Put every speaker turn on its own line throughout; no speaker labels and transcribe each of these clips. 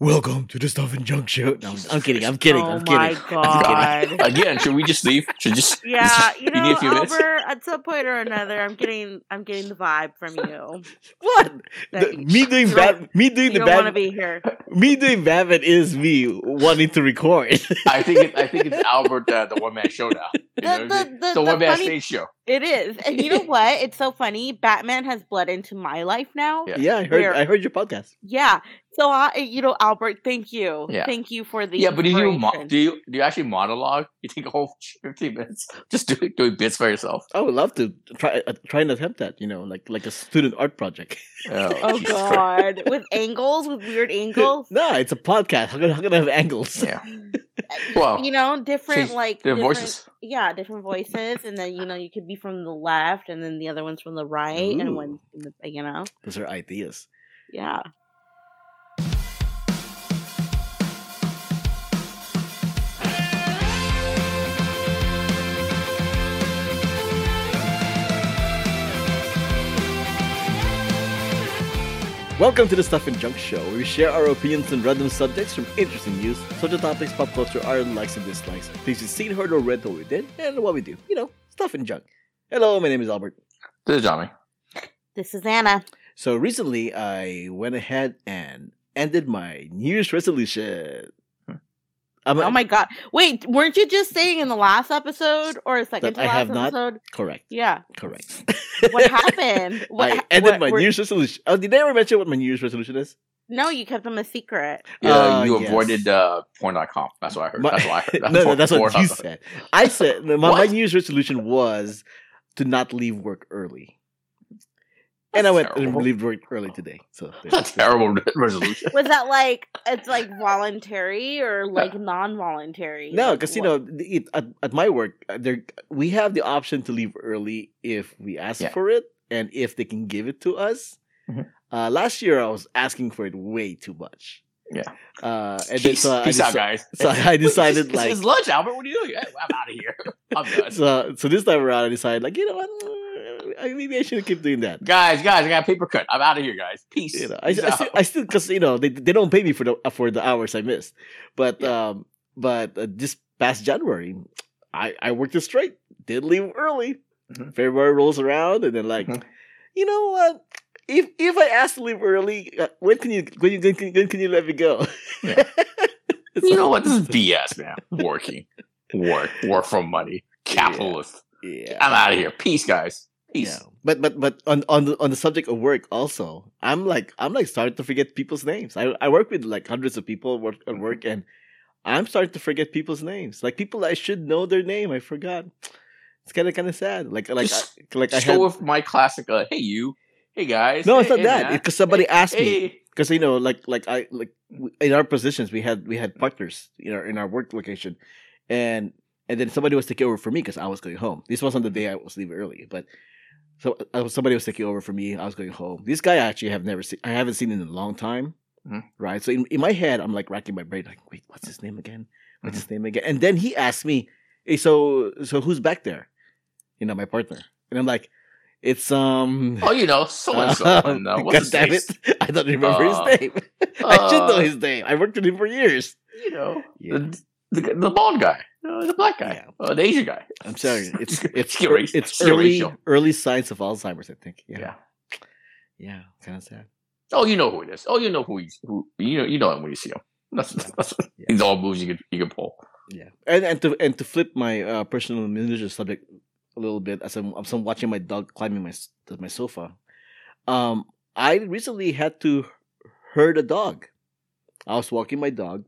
welcome to the stuff and junk show. No, I'm, just-
I'm kidding. I'm kidding.
oh
I'm
my
kidding.
god.
Again, should we just leave? Should just
Yeah,
we
you
need
know,
a few minutes?
over at some point or another, I'm getting I'm getting the vibe from you.
What?
That
The- me doing
You're right.
bad, me doing
you
the
don't want to
bad,
be here.
me doing Batman is me wanting to record.
I think it, I think it's Albert uh, the one man show now. You know,
the-
it's
the-
the
the
one man
funny-
stage show.
It is, and you know what? It's so funny. Batman has bled into my life now.
Yeah.
yeah, I heard,
Where-
I heard your podcast.
Yeah. So I, you know, Albert, thank you,
Yeah.
thank you for the
Yeah, but do you mo-
inspiration.
do you do you actually monologue? You take a whole fifteen minutes just doing doing bits by yourself.
I would love to try uh, try and attempt that. You know, like like a student art project.
Oh
Jesus Christ.
God! With angles, with weird angles.
nah, it's a podcast. How can, how can I have angles?
Yeah. Well,
you know, different
Change
like
their
different-
voices.
Yeah, different voices, and then you know you could be from the left, and then the other one's from the right,
Ooh.
and one, from the- you know,
Those are ideas.
yeah.
Welcome to the Stuff and Junk Show, where we share our opinions on random subjects from interesting news, social topics, pop culture, our likes and dislikes, things we've seen, heard, or read, what we did, and what we do. You know, stuff and junk. Hello, my name is Albert.
This is Johnny.
This is Anna.
So recently, I went ahead and ended my New Year's resolution. Am I
Oh my god! Wait, weren't you just saying in the last episode or
That
second to
I
last
have not-
episode?
correct?
Yeah,
Correct.
what happened? What,
I
ha-
ended
what
my
were-
New Year's resolution. Oh, did I ever mention what my New Year's resolution is?
No, you kept them a secret.
Yeah,
Uh,
you
yes.
avoided uh, porn.com. That's what I heard.
My-
that's what I heard.
no, no, that's what you
porn.com.
said. I said no, my, my
What?
New Year's resolution was to not leave work early, and I
That's
went
terrible.
and leave work early today. So there.
That's a terrible resolution.
Was that like it's like voluntary or like non-voluntary?
no,
Like,
because you
what-
know it, at, at my work uh, there we have the option to leave early if we ask
Yeah.
for it and if they can give it to us.
Mhm.
Uh, last year I was asking for it way too much.
Yeah.
uh, and then,
Peace,
so, I
peace out,
deci-
guys.
so I decided
It's-
like
it's lunch, Albert. What are you doing? Hey, I'm out of here. I'm done.
so, so this time around I decided like you know what mm, I- maybe I should keep doing that.
guys, guys, I got a paper cut. I'm out of here, guys. Peace.
you know, I, I
Peace out.
still, I still, because you know, they they don't pay me for the for the hours I missed, but um, but uh, this past January, I I worked it straight, did leave early.
Mhm.
February rolls around, and then like,
Mhm.
you know what? If if I ask to leave early, uh, when can you when, you, when, can, when can you let me go?
Yeah.
It's
you
like,
know what? This is BS, man. Working, work, work for money. Capitalist.
Yeah.
I'm out of here. Peace, guys. Peace.
Yeah. But but but on on the on the subject of work also, I'm like I'm like starting to forget people's names. I I work with like hundreds of people work,
Mm-hmm.
at work, and I'm starting to forget people's names. Like people I should know their name, I forgot. It's kind of kind of sad. Like like
Just-
I, like I
Just go
had
with my classic. Uh, hey, you. Hey, guys.
no,
Hey,
it's not
hey,
that.
Matt.
Because somebody asked me.
Hey.
Because you know, like like I like w- in our positions, we had we had partners in our in our work location, and and then somebody was taking over for me because I was going home. This wasn't the day I was leaving early, but so uh, somebody was taking over for me. I was going home. This guy I actually have never seen. I haven't seen in a long time,
Mhm.
right? So in, in my head, I'm like racking my brain, like, wait, what's his name again? What's his name again? And then he asked me, hey, so so who's back there? You know, my partner, and I'm like, it's um.
Oh, you know, so and so.
Um, God
What's his
damn
name?
it! I don't remember
Uh,
his name. I should know
Uh,
his name. I worked with him for years.
You know,
Yeah.
the, the the bald guy, uh, the black guy,
Yeah.
uh, the Asian guy.
I'm sorry. It's
Just
it's
get
ear-
racial.
it's
Get
early
racial.
early signs of Alzheimer's. I think.
Yeah.
Yeah, yeah, kind of sad.
Oh, you know who it is. Oh, you know who he's who. You know, you know him when you see him. That's that's
Yeah.
these are all moves you could you could pull.
Yeah, and and to and to flip my uh, personal religious subject a little bit as I'm as I'm watching my dog climbing my s- to my sofa. Um, I recently had to herd a dog. I was walking my dog,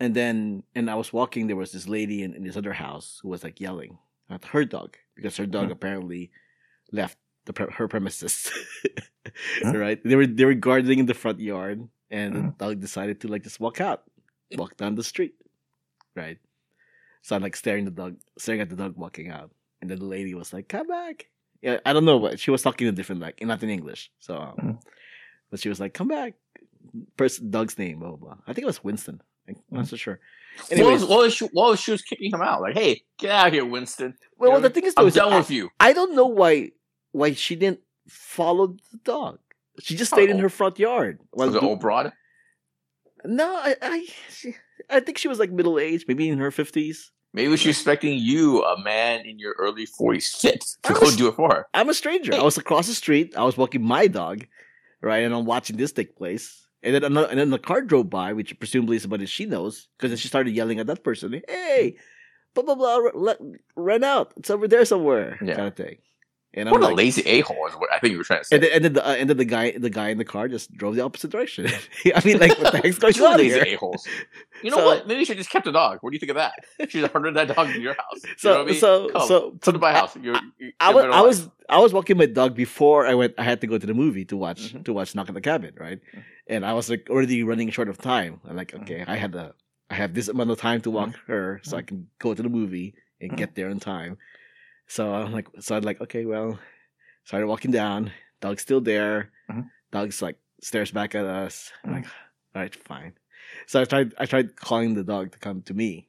and then and I was walking. There was this lady in, in this other house who was like yelling at her dog because her dog
Huh.
apparently left the pre- her premises.
Huh.
Right? They were they were gardening in the front yard, and
Huh.
the dog decided to like just walk out, walk down the street. Right? So I'm like staring the dog, staring at the dog walking out, and then the lady was like, "Come back." Yeah, I don't know what she was talking in a different like not in English. So, um,
Huh.
but she was like, "Come back." Person dog's name, blah blah. blah. I think it was Winston. I'm not
Hmm.
so sure.
what
Anyways,
was, what, was she, what was she was kicking him out? Like, hey, get out of here, Winston.
well,
You know
well, the
what
thing is, though,
I mean? I'm
is that
done
I,
with you.
I don't know why why she didn't follow the dog. She just stayed in
Oh.
her front yard.
Was
the-
it old broad?
No, I, I, she, I think she was like middle aged, maybe in her fifties.
Maybe she's expecting you, a man in your early 40s, fit,
I
to go
was-
do it for her.
I'm a stranger. I was across the street. I was walking my dog, right, and I'm watching this take place. And then another, and then the car drove by, which presumably is somebody she knows, because then she started yelling at that person, "Hey, blah blah blah, r- let, run out! It's over there somewhere,"
Yeah.
kind of thing. And I'm
What a
like-
lazy a hole is what I think you were trying to say.
And then, and then the uh, and then the guy the guy in the car just drove the opposite direction. I mean, like, what the heck's going
Two
on
lazy
here?
a-holes. You know
So-
what? Maybe you should just kept a dog. What do you think of that? You should have ordered that dog in your house. You know
So,
what I mean?
so,
Come,
so,
come to my house. You're, you're
I was,
better
I
off.
was, I was walking my dog before I went. I had to go to the movie to watch
Mhm.
to watch Knock at the Cabin, right?
Mhm.
And I was like already running short of time. I'm like,
Mhm.
okay, I had the, I have this amount of time to walk
Mm-hmm.
her, so I can go to the movie and
Mhm.
get there in time. So I'm like, so I'm like, okay, well, started walking down. Dog's still there.
Mhm.
Dog's like stares back at us. I'm
Mhm.
like, all right, fine. So I tried, I tried calling the dog to come to me,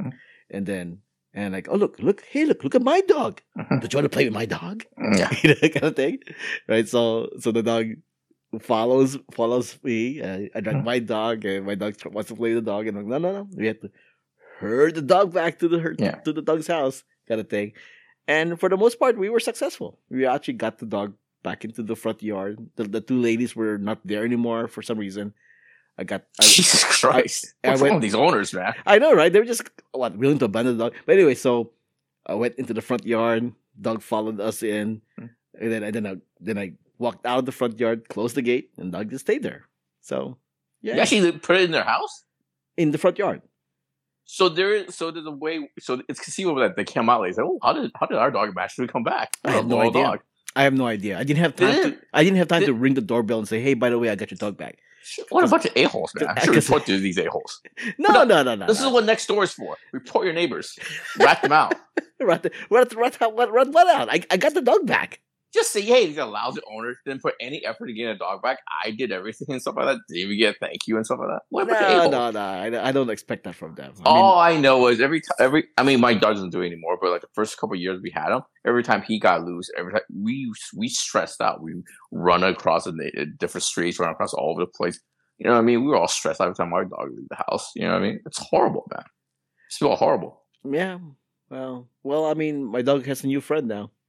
Mhm.
and then. And like, oh look, look, hey, look, look at my dog. Don't you want to play with my dog?
yeah.
you know, kind of thing, right? So, so the dog follows follows me. Uh, I drag
Mhm.
my dog, and my dog tr- wants to play with the dog, and I'm like, no, no, no, we have to herd the dog back to the her,
Yeah.
to the dog's house, kind of thing. And for the most part, we were successful. We actually got the dog back into the front yard. The, the two ladies were not there anymore for some reason. I got. I,
Jesus Christ.
I
What's
went-
wrong with these owners, man?
I know, right? They were just what willing to abandon the dog. But anyway, so I went into the front yard. Dog followed us in,
Mm.
and then and then I then I walked out of the front yard, closed the gate, and dog just stayed there. So yeah,
You actually put it in their house?
in the front yard.
So there is, so there's a way, so it's conceivable that they came out late. They said, oh, how did, how did our dog magically come back?
I had
Oh,
no
well,
idea. I have no idea. I didn't have time to.
Did-
I didn't have time to
did-
ring the doorbell and say, "Hey, by the way, I got your dog back."
What a bunch of a-holes, man. I'm sure we
Because-
talked to these a-holes.
No, no, no, no.
This
no.
is what next door is for. Report your neighbors. Rat them out.
Rat, rat, rat, rat, rat, rat out. I, I got the dog back.
Just say, hey, these are lousy owners. Didn't put any effort to get a dog back. I did everything and stuff like that. Didn't even get a thank you and stuff like that. What Oh, a bunch of
No,
a-holes.
no, no. I, I don't expect that from them. I mean,
All I know is every time, every I mean, my dog doesn't do it anymore. But like the first couple of years we had him, every time he got loose, every time we we stressed out, we run across the na- different streets, run across all over the place. You know what I mean? We were all stressed out every time our dog leave the house. You know what I mean? It's horrible, man. It's all horrible.
Yeah. Well, well, I mean, my dog has a new friend now.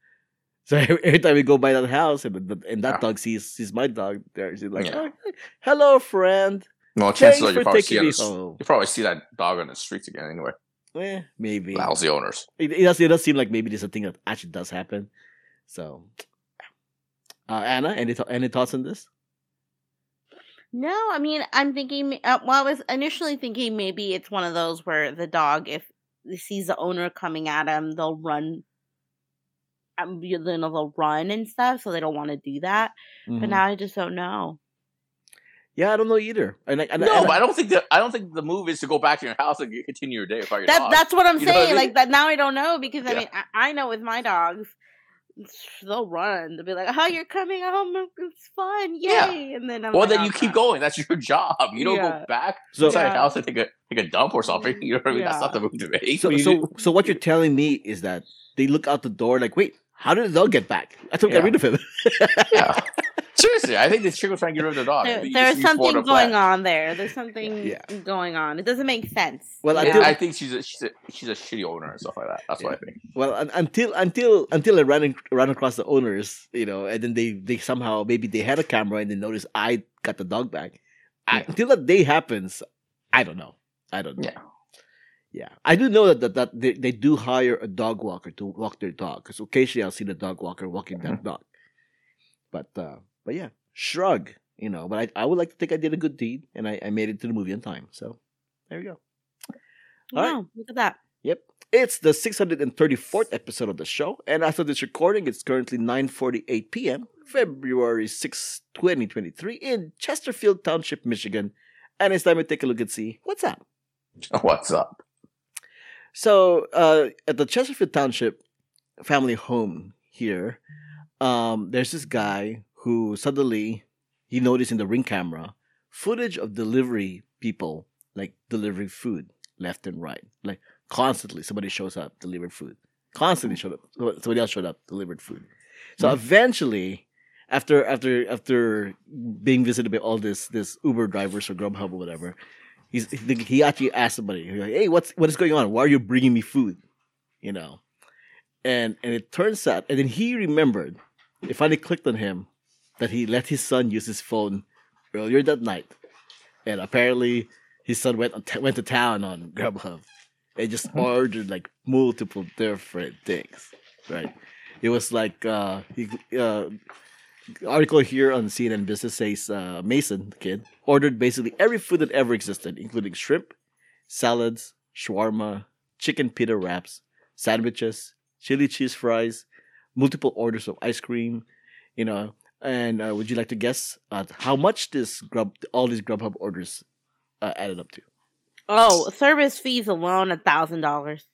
So every time we go by that house and, the, and that
Yeah.
dog sees sees my dog there, she's like,
Yeah.
"Oh, "Hello, friend.
Well,
Thanks
chances are you
for
probably see
taking
that,
me
you
home."
probably see that dog on the streets again anyway.
Eh, maybe
Lousy owners.
it, it does. It does seem like maybe this is a thing that actually does happen. So, uh, Anna, any th- any thoughts on this?
No, I mean, I'm thinking. Uh, well, I was initially thinking maybe it's one of those where the dog, if it sees the owner coming at him, they'll run. Um, you know, they'll run and stuff, so they don't want to do that. But
Mm-hmm.
Mhm.
now I just don't know.
yeah, I don't know either. And, I, and, I-
no,
and
but
I-
I don't think that I don't think the move is to go back to your house and continue your day without your
That
dog.
that's what I'm
You know what I
saying.
mean?
Like that now, I don't know because I
Yeah.
mean, I, I know with my dogs, they'll run. They'll be like, "Oh, you're coming home. It's fun, yay!"
Yeah.
And then I'm
Well,
like,
then
"Oh,
you keep
crap."
going. That's your job. You don't
Yeah.
go back
So-
inside your
Yeah.
house and take a take a dump or something. You know what I mean? That's
Yeah.
not the move to make.
so,
You-
so so what you're telling me is that they look out the door like, wait, how did the dog get back? I took
Yeah.
rid of him.
yeah. Seriously, I think this chick was trying to get rid of the dog. I
There,
think
there's
she's
something
Florida
going
plan.
on there. There's something
Yeah.
going on. It doesn't make sense.
Well, I
And
do-
I think she's a, she's a she's a shitty owner and stuff like that. That's what I think.
Well, un- until until until I ran in, ran across the owners, you know, and then they they somehow maybe they had a camera and they noticed I got the dog back. I,
Yeah.
until that day happens, I don't know. I don't know.
Yeah.
Yeah. I do know that that, that they, they do hire a dog walker to walk their dog because occasionally I'll see the dog walker walking
Mm-hmm.
that dog. But uh but yeah, shrug, you know. But I I would like to think I did a good deed and I, I made it to the movie on time. So there you go. All right.
Wow, look at that.
It's the 634th episode of the show, and as of this recording, it's currently 9:48 p.m., February 6, 2023, in Chesterfield Township, Michigan. And it's time to take a look and see what's up.
What's up?
So, uh, at the Chesterfield Township family home here, um, there's this guy who suddenly he noticed in the ring camera footage of delivery people like delivering food left and right, like constantly somebody shows up delivered food, constantly showed up somebody else showed up delivered food. So
Mhm.
eventually, after after after being visited by all this this Uber drivers or Grubhub or whatever, he's he actually asked somebody, he's like, "Hey, what's what is going on? Why are you bringing me food?" You know, and and it turns out, and then he remembered, it finally clicked on him that he let his son use his phone earlier that night, and apparently his son went on t- went to town on Grubhub and just ordered like multiple different things, right? It was like uh, he, uh, article here on CNN Business says uh, Mason, the kid, ordered basically every food that ever existed, including shrimp, salads, shawarma, chicken pita wraps, sandwiches, chili cheese fries, multiple orders of ice cream, you know. And uh, would you like to guess uh, how much this grub, all these Grubhub orders uh, added up to?
Oh, service fees alone, a thousand dollars.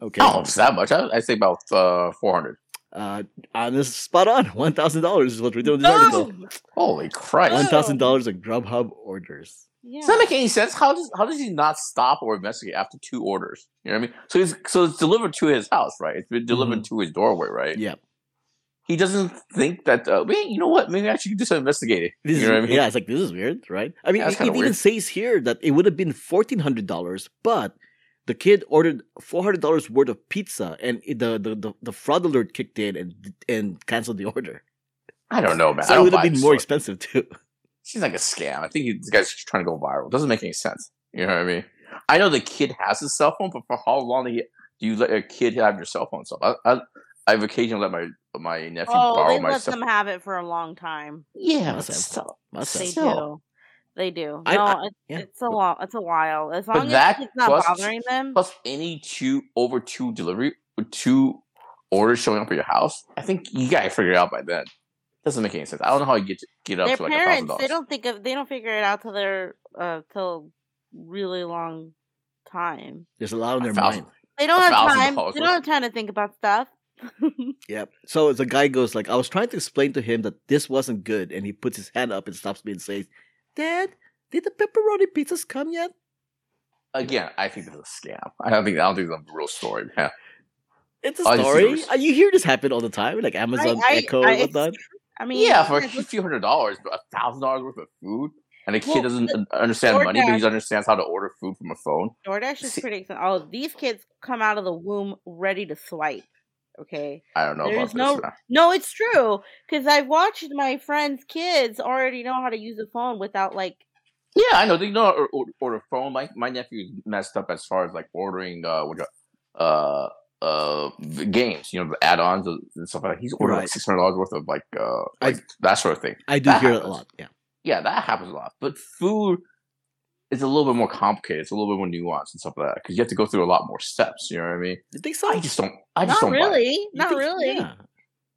Okay.
Oh, it's that much? I, I say about uh, four hundred.
Uh, and this is spot on. One thousand dollars is what we're doing this article.
Oh,
Holy Christ!
One thousand dollars of Grubhub orders.
Yeah.
Does that make any sense? How does how does he not stop or investigate after two orders? You know what I mean? So he's so it's delivered to his house, right? It's been delivered to his doorway, right?
Mm-hmm. Yeah.
He doesn't think that. Uh, wait, you know what? Maybe I should do some investigating.
This
you know
is,
what I mean?
Yeah, it's like this is weird, right? I mean,
Yeah,
it,
that's
it
kinda
even
weird.
says here that it would have been fourteen hundred dollars, but the kid ordered four hundred dollars worth of pizza, and it- the, the the the fraud alert kicked in and and canceled the order.
I don't know, man.
So it
I don't
would have
buy
been
this
more
story.
expensive too.
Seems like a scam. I think he, this guy's just trying to go viral. Doesn't make any sense. You know what I mean? I know the kid has a cell phone, but for how long do you, do you let a kid have your cell phone? So I, I, I've occasionally let my my nephew
Oh,
borrow
they
my
let
cell.
them have it for a long time.
Yeah,
Must
but
have.
still-
Must
They
have.
Still.
do. They do.
I-
no,
I-
it's,
yeah.
it's a long. It's a while. As long
that
as it's not
plus-
bothering them.
plus any two over two delivery two orders showing up at your house. I think you gotta figure it out by then. Doesn't make any sense. I don't know how you get get up
Their
to like a thousand
parents,
dollars.
they don't think of. They don't figure it out till they're uh till really long time.
There's a lot on
A
their
thousand.
mind.
They don't have
thousand
time.
dollars
They
worth.
don't have time to think about stuff.
Yep. So the guy goes like, "I was trying to explain to him that this wasn't good," and he puts his hand up and stops me and says, "Dad, did the pepperoni pizzas come yet?"
Again, I think this is a scam. I don't think I don't think it's a real story, man.
It's a
Oh, I see what you're
story.
saying.
Uh, You hear this happen all the time, like Amazon
I-
Echo
I-
and whatnot.
I mean,
Yeah, for a
it's-
few hundred dollars, but a thousand dollars worth of food, and a kid
Well,
doesn't
the-
un- understand money, but he
DoorDash-
understands how to order food from a phone.
DoorDash is
See-
pretty. expensive. Oh, these kids come out of the womb ready to swipe. Okay.
I don't know
There
about
is
this.
no-
man.
No, it's true because I've watched my friends' kids already know how to use a phone without like.
Yeah, I know they know how to or- order phone. My my nephew messed up as far as like ordering uh what uh uh the games, you know, the add-ons and stuff like that. He's ordered
Right.
like six hundred dollars worth of like uh
I-
like that sort of thing.
I do
That
hear it a
happens.
lot. Yeah.
Yeah, that happens a lot. But food is a little bit more complicated. It's a little bit more nuanced and stuff like that because you have to go through a lot more steps. You know what I mean?
You think so?
I just don't. I just don't
Not
buy. It.
really.
You
Not
think-
really.
Yeah.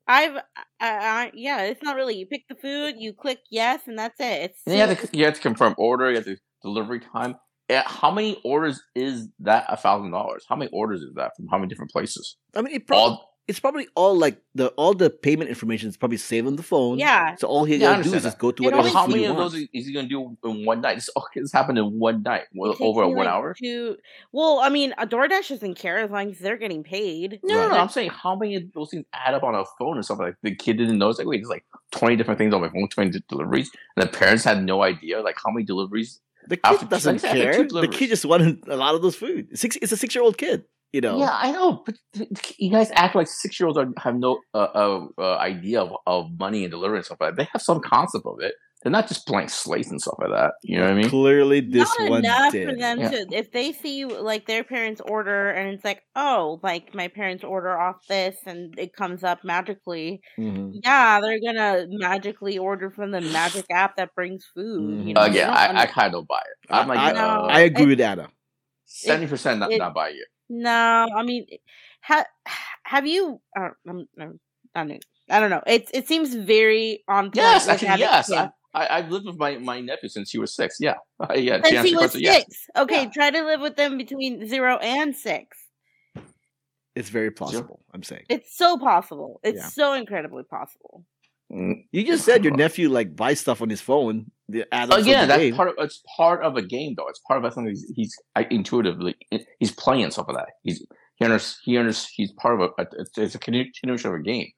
I've, I, I, yeah, it's not really. You pick the food, you click yes, and that's it. It's
And you have
so-
to you have to confirm order. You have to delivery time. Eh, How many orders is that? A thousand dollars. How many orders is that from how many different places?
I mean, it prob-
All
it's probably all like the all the payment information is probably saved on the phone.
yeah.
So all he
Yeah, I
gotta do is
understand
just go to
It
whatever
always-
how
food
many
he
of
wants.
those is he going to do in one night? This, okay, this happened in one night,
it
well,
takes
over a
me,
one
like,
hour.
two- well, I mean, a DoorDash doesn't care as long as they're getting paid.
No, no,
Right.
no, I'm saying how many of those things add up on a phone or something? Like the kid didn't know. It's like wait, there's like 20 different things on my phone, 20 di- deliveries, and the parents had no idea like how many deliveries.
The
After
kid
two-
doesn't
like I said, after two
care. The kid
deliveries.
just wanted a lot of those food. Six. It's a six-year-old kid. You know.
Yeah, I know, but th- th- you guys act like six year olds are, have no uh, uh, uh, idea of, of money and delivery and stuff like that. They have some concept of it. They're not just blank slates and stuff like that. You know what I mean?
Clearly, this
not
one
enough
did.
for them
Yeah.
to if they see like their parents order and it's like oh like my parents order off this and it comes up magically
Mm-hmm.
Mhm.
yeah they're gonna magically order from the magic app that brings food you
Mhm.
know
Uh,
They
Again,
don't
Mm-hmm. I, I
under-
kind of don't buy it. I'm
I-
like
No.
I
uh,
agree with Anna.
seventy percent not,
it-
not buying it.
no i mean ha- have you uh, I'm, I'm, I don't know. I don't know. It it seems very on point.
Yes,
with
actually,
having
yes.
kids.
I, I, I've lived with my, my nephew since he was six. Yeah, Uh, yeah. to
Since
answer
he
your
was
question, yeah.
six. Okay, try to live with them between zero and six.
It's very plausible. I'm saying.
It's so possible. It's
Yeah.
so incredibly possible.
Mm.
You just said your nephew like buys stuff on his phone. The add-ons of
Again,
the
that's
game.
part of it's part of a game, though. It's part of something he's, he's I, intuitively he's playing stuff of that. He's he understands. He unders, He's part of a, a it's a continuation of a game.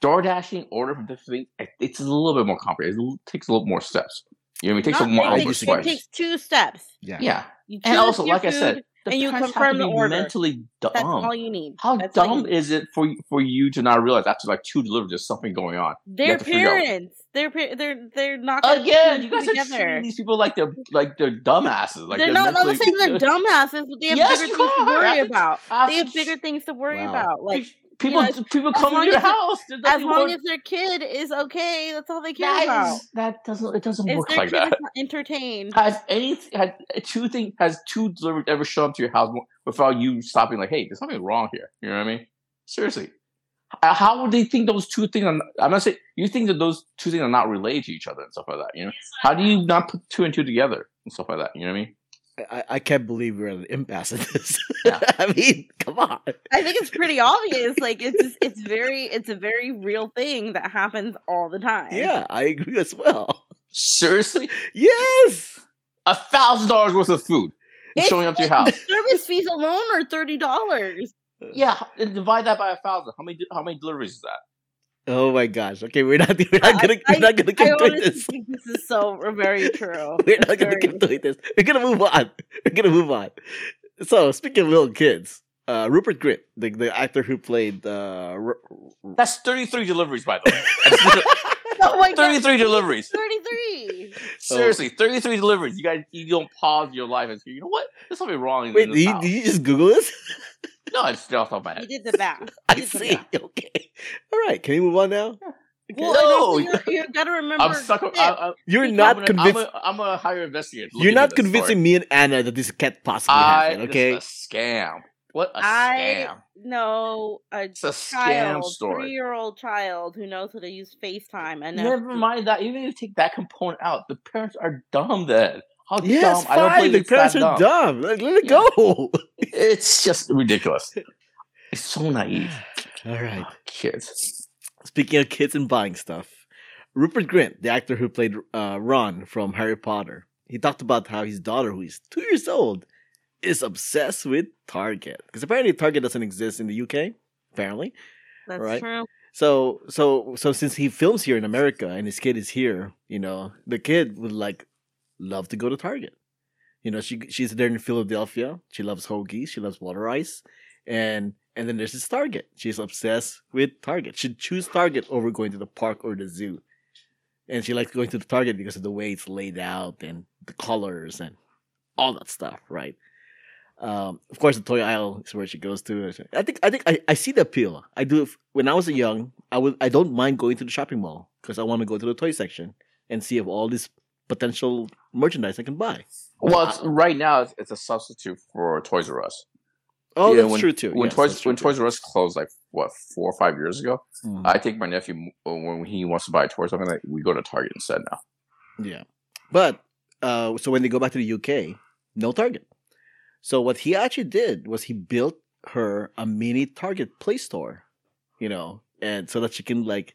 door dashing order from different things, it's a little bit more complicated. It takes a little more steps. You know, what I mean? it takes
Not-
a more
I
it,
over
over
takes,
twice.
it
steps.
takes two steps.
Yeah.
Yeah,
You
and
choose
also,
your
like I said, um,
food,
the
and you
parents have
confirm
to
the
be
order.
mentally dumb.
that's all you need.
How
That's all you
dumb
need.
is it for for you to not realize after like two deliveries there's something going on?
Their
have to figure out-
parents, their par- they're they're not gonna put
Again, you
two
guys are treating these people like they're like they're dumbasses. Like
they're not. I'm not saying they're
mentally-
dumbasses, but they have
Yes,
bigger
you
things to
are.
worry about.
As-
They have bigger things to worry
Wow.
about. Like
people.
you
people
as
come
long
into your
as it-
house. there's
as
nothing
long
more-
as their kid is okay, that's all they care
that,
about.
is, that doesn't it doesn't
Is
work
their
like
kid
that.
is not entertained?
Has any has two thing has two deliveries ever shown up to your house without you stopping? Like, hey, there's something wrong here. You know what I mean? Seriously, Uh, how would they think those two things? Are, I'm not saying you think that those two things are not related to each other and stuff like that. You know, how do you not put two and two together and stuff like that? You know what I mean?
I, I can't believe we're at an impasse in this.
Yeah.
I mean, come on.
I think it's pretty obvious. Like it's just, it's very it's a very real thing that happens all the time.
Yeah, I agree as well.
Seriously,
Yes.
a thousand dollars worth of food
It's-
showing up to your house.
Service fees alone are thirty dollars.
Yeah, and divide that by a thousand. How many how many deliveries is that?
Oh my gosh. Okay, we're not we're not
I-
gonna we're not gonna
I
keep doing
honestly
this.
think this is so very true.
We're not gonna
Very-
keep doing this. We're gonna move on. We're gonna move on. So speaking of little kids, uh, Rupert Grint, the, the actor who played uh, Ru-
That's thirty three deliveries, by the way.
Oh my god,
thirty three deliveries.
thirty three.
Oh.
Seriously, 33 deliveries. You guys, you don't pause your life and say, you know what? There's something wrong in
Wait,
this
did you,
house."
did you just Google this?
No, it's still off the top of my
You
head.
did the math.
I
You did the
see.
math.
Okay. All right. Can we move on now?
Well, and also
No!
you you gotta remember.
I'm stuck.
kids.
I, I,
You're
I'm
not
I'm, gonna, I'm,
convinced.
a, I'm a higher investigator. to look
You're
into
not
this story.
convincing me and Anna that this can't possibly
I,
happen. Okay.
This is a scam. What a
I-
scam.
no, a
It's a scam
child, three
story.
year old child who knows how to use FaceTime and
Never mind that. Even if you take that component out, the parents are dumb then. How
Yes,
dumb. I don't
fine.
believe
The
it's that
parents
dumb.
are dumb. Let, let it
Yeah.
go.
It's just ridiculous. It's so naive.
All right.
Ah, Kids.
Speaking of kids and buying stuff, Rupert Grint, the actor who played uh, Ron from Harry Potter, he talked about how his daughter, who is two years old, is obsessed with Target because apparently Target doesn't exist in the UK. Apparently,
That's
Right.
true.
so so so since he films here in America and his kid is here, you know, the kid would like love to go to Target. You know, she she's there in Philadelphia. She loves hoagies. She loves water ice, and and then there's this Target. She's obsessed with Target. She'd choose Target over going to the park or the zoo, and she likes going to the Target because of the way it's laid out and the colors and all that stuff, right? Um, of course, the toy aisle is where she goes to. I think I think I, I see the appeal. I do. When I was young, I would I don't mind going to the shopping mall because I want to go to the toy section and see if all this potential merchandise I can buy.
Well, it's, right now, it's, it's a substitute for Toys R Us.
Oh,
Yeah,
that's
when-
true too.
when
Yes, that's
Toys
true
when
too.
Toys R Us closed like what four or five years ago,
Mhm.
I take my nephew uh, when he wants to buy a toy or something like we go to Target instead now.
Yeah. But uh, so when they go back to the UK, no Target. So what he actually did was he built her a mini Target Play Store, you know, and so that she can like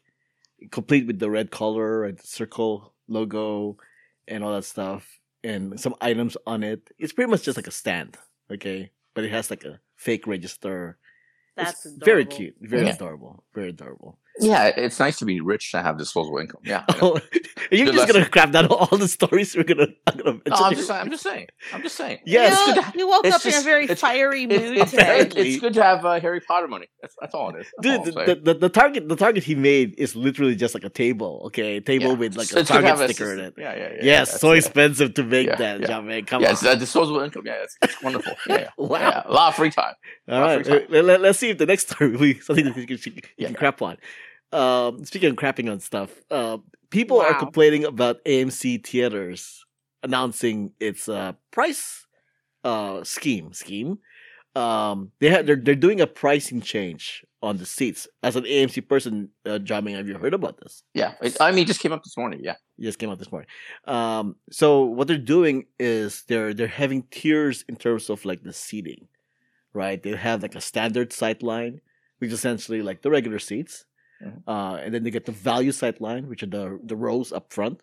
complete with the red color and circle logo and all that stuff and some items on it. It's pretty much just like a stand, okay? But it has like a fake register.
That's
It's very
adorable.
cute, very
Yeah.
adorable, very adorable.
Yeah, it's nice to be rich to have disposable income. Yeah, I know.
Oh, you're
Good
just
lesson.
gonna crap down all the stories we're gonna. I'm gonna
no, I'm
mention.
just I'm just saying. I'm just saying.
Yes.
it's
you,
good. To,
you woke
it's
up in a
just-
very
it's-
fiery mood
it's,
today.
it's, it's good to have uh, Harry Potter money. That's, that's all it is. That's all
Dude,
I'm saying.
the, the, the target the target he made is literally just like a table, okay, a table
Yeah.
with like
So
a
it's good to have
target sticker in
assist-
it.
Yeah, yeah, yeah. yeah,
yes,
that's-
so
yeah.
expensive to make
Yeah,
that,
yeah.
John, man. Come
Yeah,
on,
it's uh, disposable income. Yeah, it's, it's wonderful. Yeah, yeah.
wow.
yeah, a lot of free time.
All right,
free time.
let, let, us see if the next story will be something that you can, you can
Yeah.
crap on. Um, speaking of crapping on stuff, uh, people are
Wow.
complaining about AMC theaters announcing its uh, price uh, scheme. Scheme. Um, they had they're they're doing a pricing change on the seats. As an AMC person, uh, John, Ming, have you heard about this?
Yeah, it, I mean, it just came up this morning. Yeah,
It just came out this morning. Um, so what they're doing is they're they're having tiers in terms of like the seating, right? They have like a standard sight line, which is essentially like the regular seats,
Mhm.
uh, and then they get the value sight line, which are the the rows up front,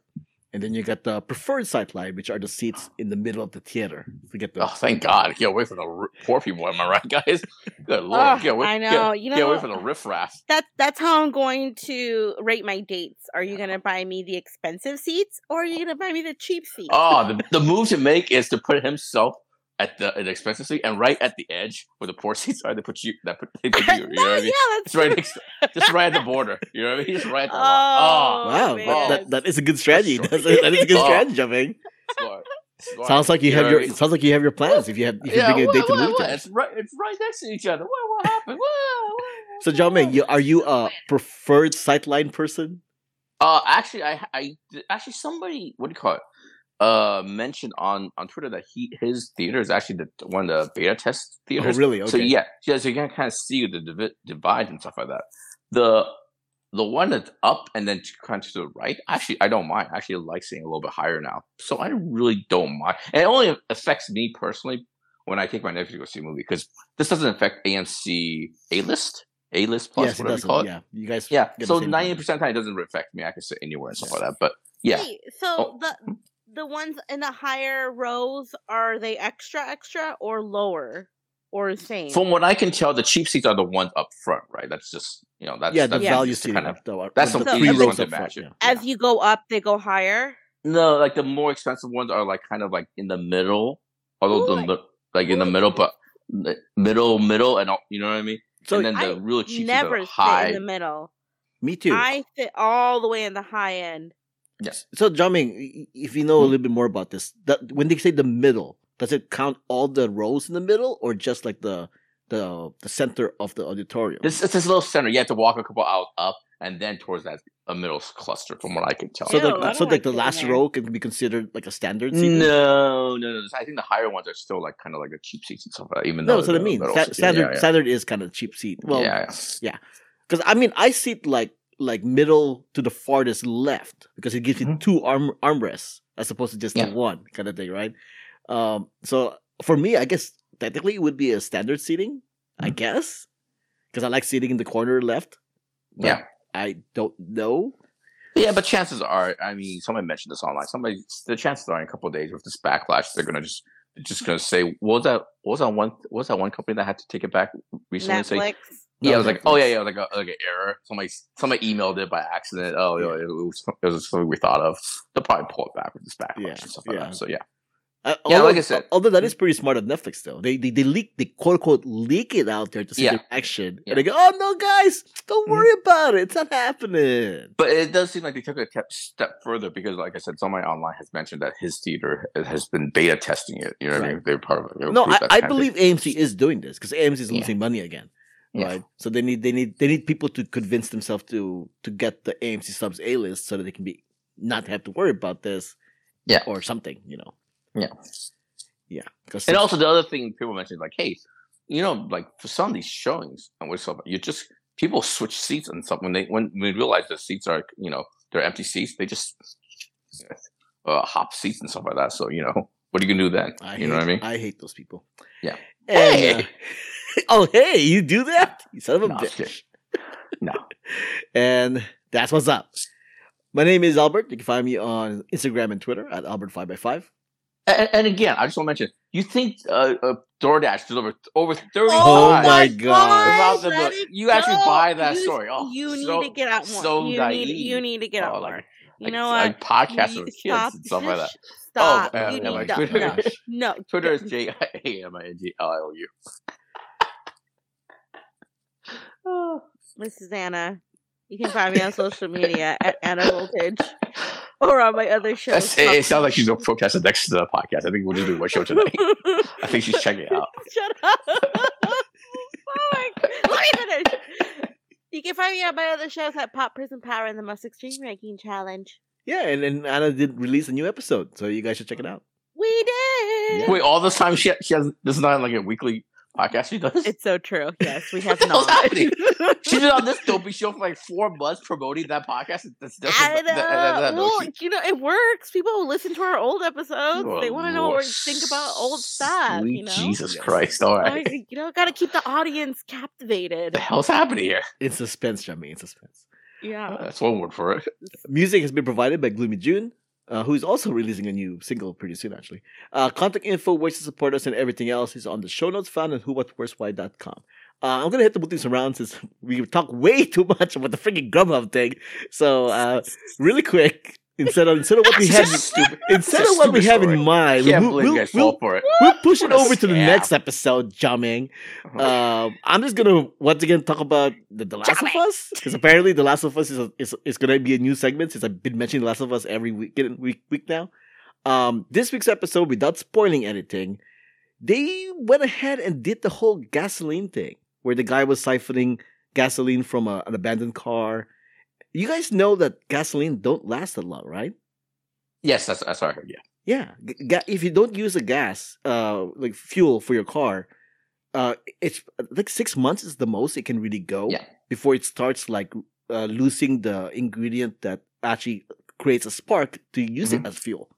And then you got the preferred sightline, which are the seats in the middle of the theater. Forget
Oh,
those.
thank God. Get away from the r- poor people. Am I right, guys? Good lord.
Ugh,
get away,
Ah, I
get-
know. You
Get away
know-
from the riffraff.
That that's how I'm going to rate my dates. Are you gonna buy me the expensive seats or are you gonna buy me the cheap seats?
Oh, the, the move to make is to put himself at the an expensive seat and right at the edge where the poor seats are. They put you. That put, they put you. You know
no,
what I
yeah,
mean?
that's
Just right next. Just right at the border. You know what I mean? Just right at the.
Oh.
ah, line.
wow,
man.
that, that- that is a good strategy.
That's
That's a, that is a good
Oh.
strategy, Javing.
Oh, smart, smart.
Sounds like you
Yeah,
have your
right.
sounds like you have your plans. If you have if you're
Yeah,
taking a
what-
date to the
what-
movie
what?
theater.
It's right. It's right next to each other. What? What happened? What? what-
So,
what-
John Ming,
what?
you, are you uh, a preferred sightline person?
Uh, actually, I, I actually somebody what do you call it? Uh, mentioned on on Twitter that he his theater is actually the one of the beta test
Oh,
theaters.
really? Okay.
So yeah, yeah, so you can kind of see the divi- divide and stuff like that. The the one that's up and then to- kind of to the right, actually, I don't mind. I actually like seeing a little bit higher now, so I really don't mind. And it only affects me personally when I take my nephew to go see a movie because this doesn't affect AMC A list, A list plus
yes, it
whatever
does.
you call it.
Yeah, you guys.
Yeah.
get the
So
same
ninety percent of the time it doesn't really affect me. I can sit anywhere and stuff like that. But yeah. Oh.
Wait, so the the ones in the higher rows are they extra extra or lower or same?
From what I can tell, the cheap seats are the ones up front, right? That's just you know that's
yeah, the
that's
value
just
seating.
kind of
though, are-
that's
the
the
So
three
as-
easiest one
rows
to
up front.
imagine.
Yeah.
Yeah.
As you go up, they go higher.
No, like the more expensive ones are like kind of like in the middle, although the
Really?
mi- like in the middle, but the middle, middle, and all, you know what I mean.
So
and then
I
the real cheap seats
Never
are
sit
high.
in the middle.
me too.
I sit all the way in the high end.
So, Jamming, if you know a
Hmm?
little bit more about this, that when they say the middle, does it count all the rows in the middle, or just like the the the center of the auditorium?
This it's this little center. You have to walk a couple out up, and then towards that a middle cluster, from what I can tell.
so,
Ew, I
like,
don't
so like
like
the
sitting
last
there.
row can be considered like a standard. seating?
No, no, no. I think the higher ones are still like kind of like a cheap seats and stuff. Like that, even
no,
though
that's what I
the
mean.
middle
Sta-
seats- yeah,
standard
yeah, yeah.
standard is kind of cheap seat. Well,
Yeah, yeah.
Because I mean, I sit like like middle to the farthest left because it gives you
Mhm.
two arm armrests as opposed to just the
Yeah.
one kind of thing, right? Um, so for me, I guess technically it would be a standard seating, I
Mhm.
guess, because I like sitting in the corner left. but
Yeah.
I don't know.
Yeah, but chances are, I mean, somebody mentioned this online. Somebody, the chances are, in a couple of days with this backlash, they're gonna just just gonna say, "What was that? What was that one? What was that one company that had to take it back recently?" Say,
Netflix.
yeah, I was
No,
like, "Oh yeah,
Netflix.
yeah, like a like an error. Somebody somebody emailed it by accident. Oh, yeah, it, was, it was something we thought of. They'll probably pull it back with this backlash
Yeah,
and stuff like
yeah.
that." So yeah,
Uh,
Yeah,
although,
like I said- Mm-hmm.
although that is pretty smart of Netflix, though they they, they leak they quote unquote leak it out there to see
Yeah.
the action,
Yeah.
and they go, "Oh no, guys, don't
Mhm.
worry about it. It's not happening."
But it does seem like they took a te- step further because, like I said, somebody online has mentioned that his theater has been beta testing it. You know what I
Right.
mean? They're part of it.
No, I, I believe AMC is doing this because AMC is
Yeah.
losing money again,
Yeah.
right? So they need they need they need people to convince themselves to to get the AMC subs A list so that they can be not have to worry about this,
Yeah.
or something, you know,
Yeah.
yeah. 'Cause
And
it's-
also the other thing people mentioned, like, hey, you know, like for some of these showings and we're so you just people switch seats and stuff when they when when they realize the seats are you know they're empty seats, they just uh, hop seats and stuff like that. So you know, what are you gonna do then?
I
you
hate,
know what I mean?
I hate those people.
Yeah.
And, uh, oh hey, you do that? You son of a
No, I'm just
bitch.
No.
and that's what's up. My name is Albert. You can find me on Instagram and Twitter at Albert Five by Five.
and, and again, I just want to mention, you think uh, uh, DoorDash delivered over thirty
Oh
times
my God.
without the
let
book.
it
You actually
go.
buy that
You-
story. Oh,
you need
so-
to get out more.
so
you need
naive.
you need to get
Oh,
out
like-
more. you
like,
know
like
what?
podcasts
You
with
stop.
kids and stuff like that.
Stop.
Oh, yeah,
you
yeah,
need
like
to,
Twitter.
no, no.
Twitter is J I A M I N G L I O U.
This is Anna. You can find me on social media at Anna Voltage or on my other show.
That's- It, it sounds like she's a protester next to the podcast. I think we'll just do one show tonight. I think she's checking it out.
Shut up. oh my God. Let me finish. You can find me on my other shows at Pop Prison Power and the Most Extreme Ranking Challenge.
Yeah, and, and Anna did release a new episode, so you guys should check it out.
We did.
Yeah.
Wait, all this time she she has this is not like a weekly podcast she does.
It's so true. Yes, we have
What the hell's
not.
happening? She's been on this dopey show for like four months promoting that podcast. That's, that's,
I don't know.
that- that- that- no,
well,
she-
you know, it works. People who listen to our old episodes, they
Oh,
want to know what
Lord.
we think about old stuff.
Sweet
you know,
Jesus
Yes.
Christ! All right,
Like, you know, gotta keep the audience
what the
captivated.
hell's happening
Uh,
here? Ah,
In suspense, Jamie, in suspense.
Yeah.
That's one word for it.
Music has been provided by Gloomy June. uh, who's also releasing a new single pretty soon, actually. Uh, contact info, ways to support us, and everything else is on the show notes found at whowhatwhereswhy.com. Uh, I'm gonna hit the things around since we talk way too much about the freaking Grubhub thing. So uh, really quick, instead of instead of what we had instead
It's a
of what we
stupid
have in
story. I
mind,
can't
we'll,
believe you
we'll,
guys
we'll,
fall for it.
we'll push it
What a
over to the
scam.
next episode, jamming.
Uh-huh. Uh,
Um, I'm just gonna once again talk about the, the Last
Jamming.
of Us because apparently the Last of Us is, a, is is gonna be a new segment since I've been mentioning the Last of Us every week week week now. Um, this week's episode, without spoiling anything, they went ahead and did the whole gasoline thing where the guy was siphoning gasoline from a, an abandoned car. You guys know that gasoline don't last a lot, right?
yes, that's, that's what I heard. Yeah.
Yeah, g- ga- if you don't use a gas, uh, like fuel for your car, uh, it's like six months is the most it can really go
Yeah.
before it starts like uh, losing the ingredient that actually creates a spark to use it as fuel.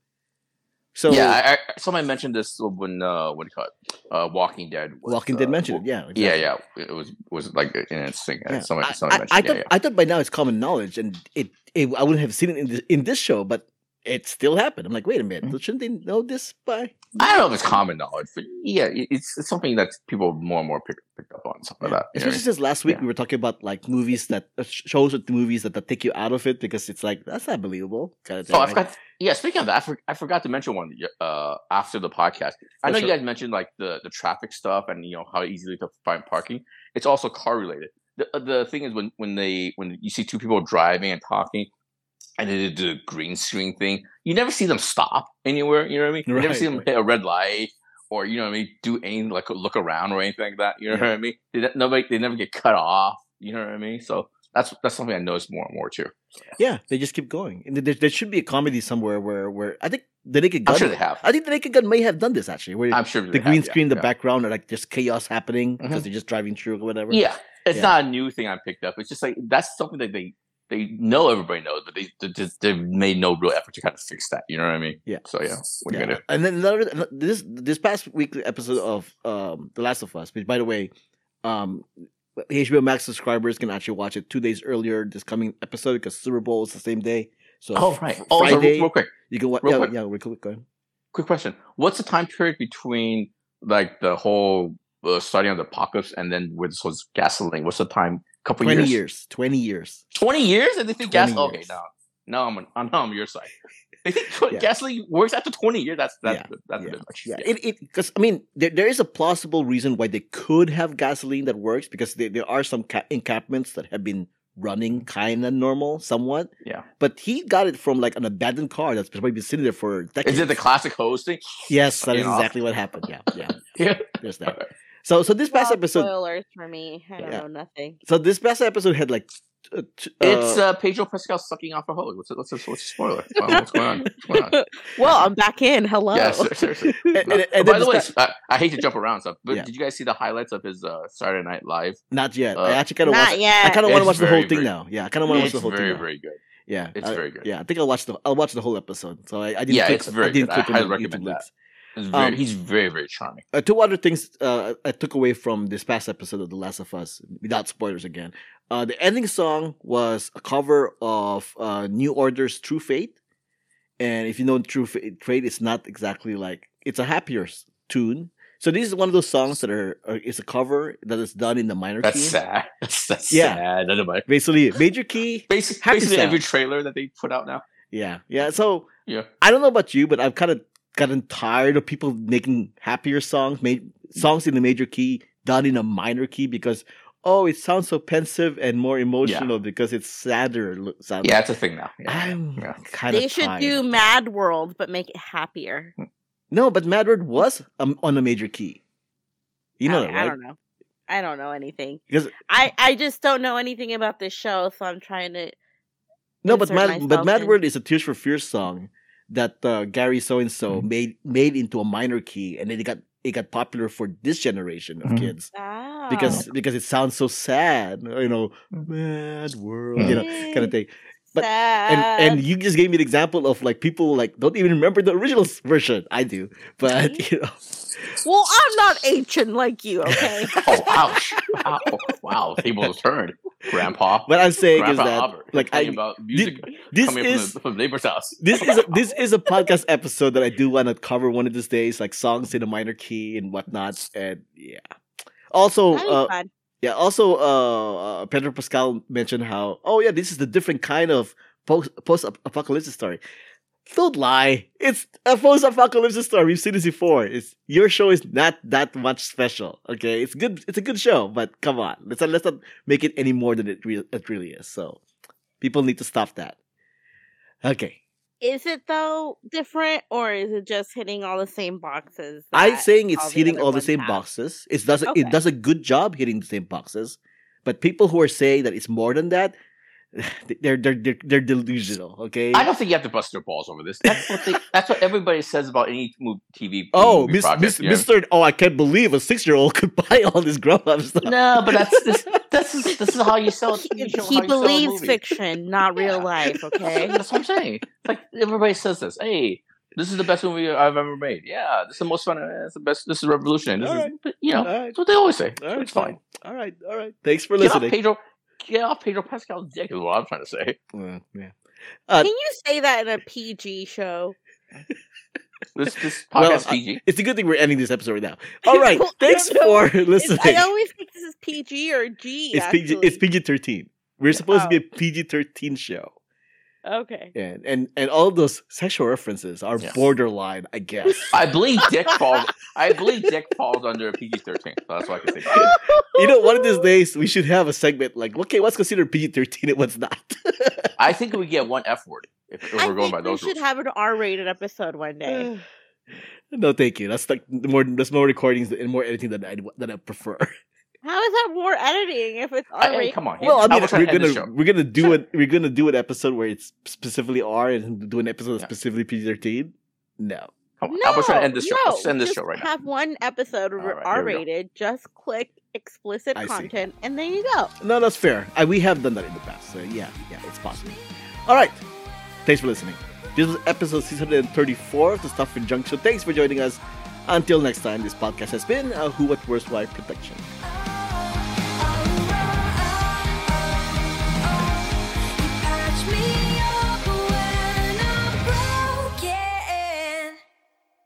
So
Mm-hmm. yeah, I, I, someone mentioned this when uh, what do you call it? Uh, Walking Dead. was,
Walking
uh,
Dead mentioned it.
wa-
Yeah,
Yeah,
exactly.
yeah, It was was like an interesting.
Yeah.
Yeah. Somebody,
I,
somebody
I- I
mentioned.
thought
yeah, yeah.
I thought by now it's common knowledge, and it, it I wouldn't have seen it in this, in this show, but it still happened. I'm like, wait a minute,
Mhm.
shouldn't they know this by?
I don't know if it's common knowledge, but yeah, it, it's, it's something that people more and more pick, pick up on. Something like that. you know what I
Especially
mean?
since last week
Yeah.
we were talking about like movies that uh, sh- shows with movies that, that take you out of it because it's like that's not believable. Kind of thing,
Oh, I
right?
forgot. Yeah, speaking of that, I, for, I forgot to mention one uh, after the podcast. I
For
know
sure.
you guys mentioned like the, the traffic stuff and you know how easily to find parking. It's also car related. The, uh, the thing is when when they when you see two people driving and talking, and they did the green screen thing, you never see them stop anywhere. You know what I mean? You never see
Right,
them
right.
hit a red light or you know what I mean. Do any like look around or anything like that. You know
Yeah.
what I mean? They, ne- nobody they never get cut off. You know what I mean? So that's that's something I noticed more and more too.
Yeah, they just keep going. And there, there should be a comedy somewhere where where I think the Naked
I'm
Gun.
sure they have.
I think the Naked Gun may have done this actually, where
I'm sure
the green screen, in the
back.
background, are like just chaos happening because
Mhm.
they're just driving through or whatever.
Yeah, it's
Yeah.
not a new thing I picked up. It's just like that's something that they they know everybody knows, but they they just they've made no real effort to kind of fix that. You know what I mean?
Yeah.
So yeah, what are you
Yeah.
gonna do?
And then another this this past weekly episode of um The Last of Us, which by the way, um HBO Max subscribers can actually watch it two days earlier this coming episode because Super Bowl is the same day. So
Oh
f-
right.
f-
Oh, so
Friday,
real, real quick,
you can watch.
real
yeah,
quick.
yeah, real quick, go ahead.
quick question: What's the time period between like the whole uh, starting of the apocalypse and then where this was gasoline? What's the time? Couple
Twenty years.
years.
Twenty years.
Twenty years? And they think
20
gas? Okay,
years.
no, no, I'm on, I'm on your side. They think tw-
Yeah.
gasoline works after twenty years. That's that's that's
yeah,
a bit much.
Yeah, it it because I mean there there is a plausible reason why they could have gasoline that works because there, there are some ca- encampments that have been running kind of normal somewhat.
Yeah.
but he got it from like an abandoned car that's probably been sitting there for decades.
Is it the classic hose thing?
yes, that is
Fucking awesome.
exactly what happened. Yeah, yeah,
Yeah.
There's that. So so this past
Well,
episode,
Spoilers for me. I don't
Yeah.
know nothing.
so this past episode had like. Uh, t- uh,
It's uh, Pedro Pascal sucking off a hose. What's what's what's, what's the spoiler? Wow, what's going on? What's going on?
well, I'm back in. Hello.
Yeah, ser- seriously.
and, and- and
Oh,
then
by the
this
way,
pa-
I, I hate to jump around stuff, but
Yeah.
did you guys see the highlights of his uh, Saturday Night Live?
not yet.
uh,
I actually kind of
Not
watch.
yet.
I kind of want to
It's
watch the
very,
whole thing
very-
now. Yeah, I kind of want to watch
It's
the whole
very,
thing. now.
very good.
Yeah,
It's
I-
very good.
Yeah, I think I watched the I watched the whole episode, so I, I didn't.
Yeah,
click,
it's very
I didn't
good.
click
I
on the
highly recommend
YouTube
that.
links.
It's very,
Um,
he's very, very charming.
Uh, two other things uh, I took away from this past episode of The Last of Us, without spoilers again. Uh, the ending song was a cover of uh, New Order's "True Fate," and if you know "True Fa- Fate," it's not exactly like it's a happier s- tune. So this is one of those songs that are, are it's a cover that is done in the minor
That's
key.
sad. That's, that's
Yeah.
sad. None of my-
Basically, major key.
Basic,
Happy
basically,
sound.
every trailer that they put out now.
Yeah, yeah. So
Yeah.
I don't know about you, but I've kind of gotten tired of people making happier songs, made songs in the major key done in a minor key because oh, it sounds so pensive and more emotional because it's sadder. lo- sadder.
Yeah, it's a thing now. Yeah.
I'm
Yeah.
kind of
They should do Mad World, but make it happier.
no, but Mad World was um, on a major key. You know
I,
that,
I
right?
don't know. I don't know anything.
Because
I I just don't know anything about this show, so I'm trying to.
no, but
insert
Mad, but
myself
Mad
in.
World is a Tears for Fears song that uh, Gary so and so
Mm-hmm.
made made into a minor key, and then it got it got popular for this generation of
Mhm.
kids.
Ah.
because because it sounds so sad, you know, mad world, you know, kind of thing.
Ah,
But- and and you just gave me the example of like people like don't even remember the original s- version. I do, but you know,
well, I'm not ancient like you, okay?
Oh, ouch. wow. Wow. Tables turned. Grandpa.
what I'm saying
Grandpa
is that
Albert.
like,
Complaining
I-
about music
this
coming
is
from, the, from the neighbor's house.
this is a, this is a podcast episode that I do want to cover one of these days, like songs in a minor key and whatnot, and yeah. Also,
That'd be
uh,
fun.
yeah. Also, uh, uh, Pedro Pascal mentioned how oh yeah, this is the different kind of post post apocalyptic story. Don't lie, it's a post apocalyptic story. We've seen this before. It's your show is not that much special. Okay, it's good. It's a good show, but come on, let's not, let's not make it any more than it real it really is. So people need to stop that. Okay.
Is it though different, or is it just hitting all the same boxes?
I'm
that
saying it's
all the
hitting
other
all the
ones
same
have.
boxes. It does
Okay.
it does a good job hitting the same boxes, but people who are saying that it's more than that, they're they're they're, they're delusional. Okay.
I don't think you have to bust your balls over this. That's what, they, that's what everybody says about any movie, TV.
Oh,
movie
Miss,
project,
Miss,
yeah.
Mister! Oh, I can't believe a six-year-old could buy all this grown-up stuff.
No, but that's this. This is this is how you sell.
He,
you show
he
how you sell a
believes
movie.
fiction, not real
Yeah.
life. Okay.
That's what I'm saying. It's Like everybody says this. Hey, this is the best movie I've ever made. Yeah, this is the most fun. eh, It's the best. This is revolutionary. This is,
Alright.
but, you know,
Alright.
that's what they always say.
All right,
it's fine.
All right, all right. Thanks for
Get off
listening.
Pedro. Get off Pedro Pascal's dick is what I'm trying to say.
Uh, yeah.
Can you say that in a PG show?
This this podcast
Well, I-
PG.
It's a good thing we're ending this episode right now. All right,
Well, I
thanks
don't know.
for listening.
It's- I always think this is PG or G.
It's PG.
actually.
It's PG thirteen. We're supposed to
Oh.
be a PG thirteen show.
Okay.
and and and all those sexual references are
Yes.
borderline, I guess.
I believe Dick falls. I believe Dick falls under a PG-13. That's what I can think. of.
you know, one of these days we should have a segment like, okay, what's considered PG thirteen and what's not.
I think we get one F word if, if
I
we're going
think
by
we
those
should
rules.
have an R-rated episode one day.
no, thank you. That's like more. That's more recordings and more editing than I that I prefer.
How is that more editing if it's
I- hey,
R-rated?
come on.
well, I
I'm
mean,
trying
we're
to end the
gonna
show.
we're gonna do it. We're gonna do an episode where it's specifically R and do an episode that's
Yeah.
specifically PG thirteen. No.
Come on,
No,
I'm trying to end this show.
No,
Let's end this
just
show right now.
Have one episode
All right, here we go.
R-rated. Just click explicit
I see.
content, and there you go.
No, that's fair. I, we have done that in the past. So yeah, yeah, it's possible. All right. Thanks for listening. This was episode 634 of the Stuff in Junk. So thanks for joining us. Until next time, this podcast has been a Who What Where's Why production.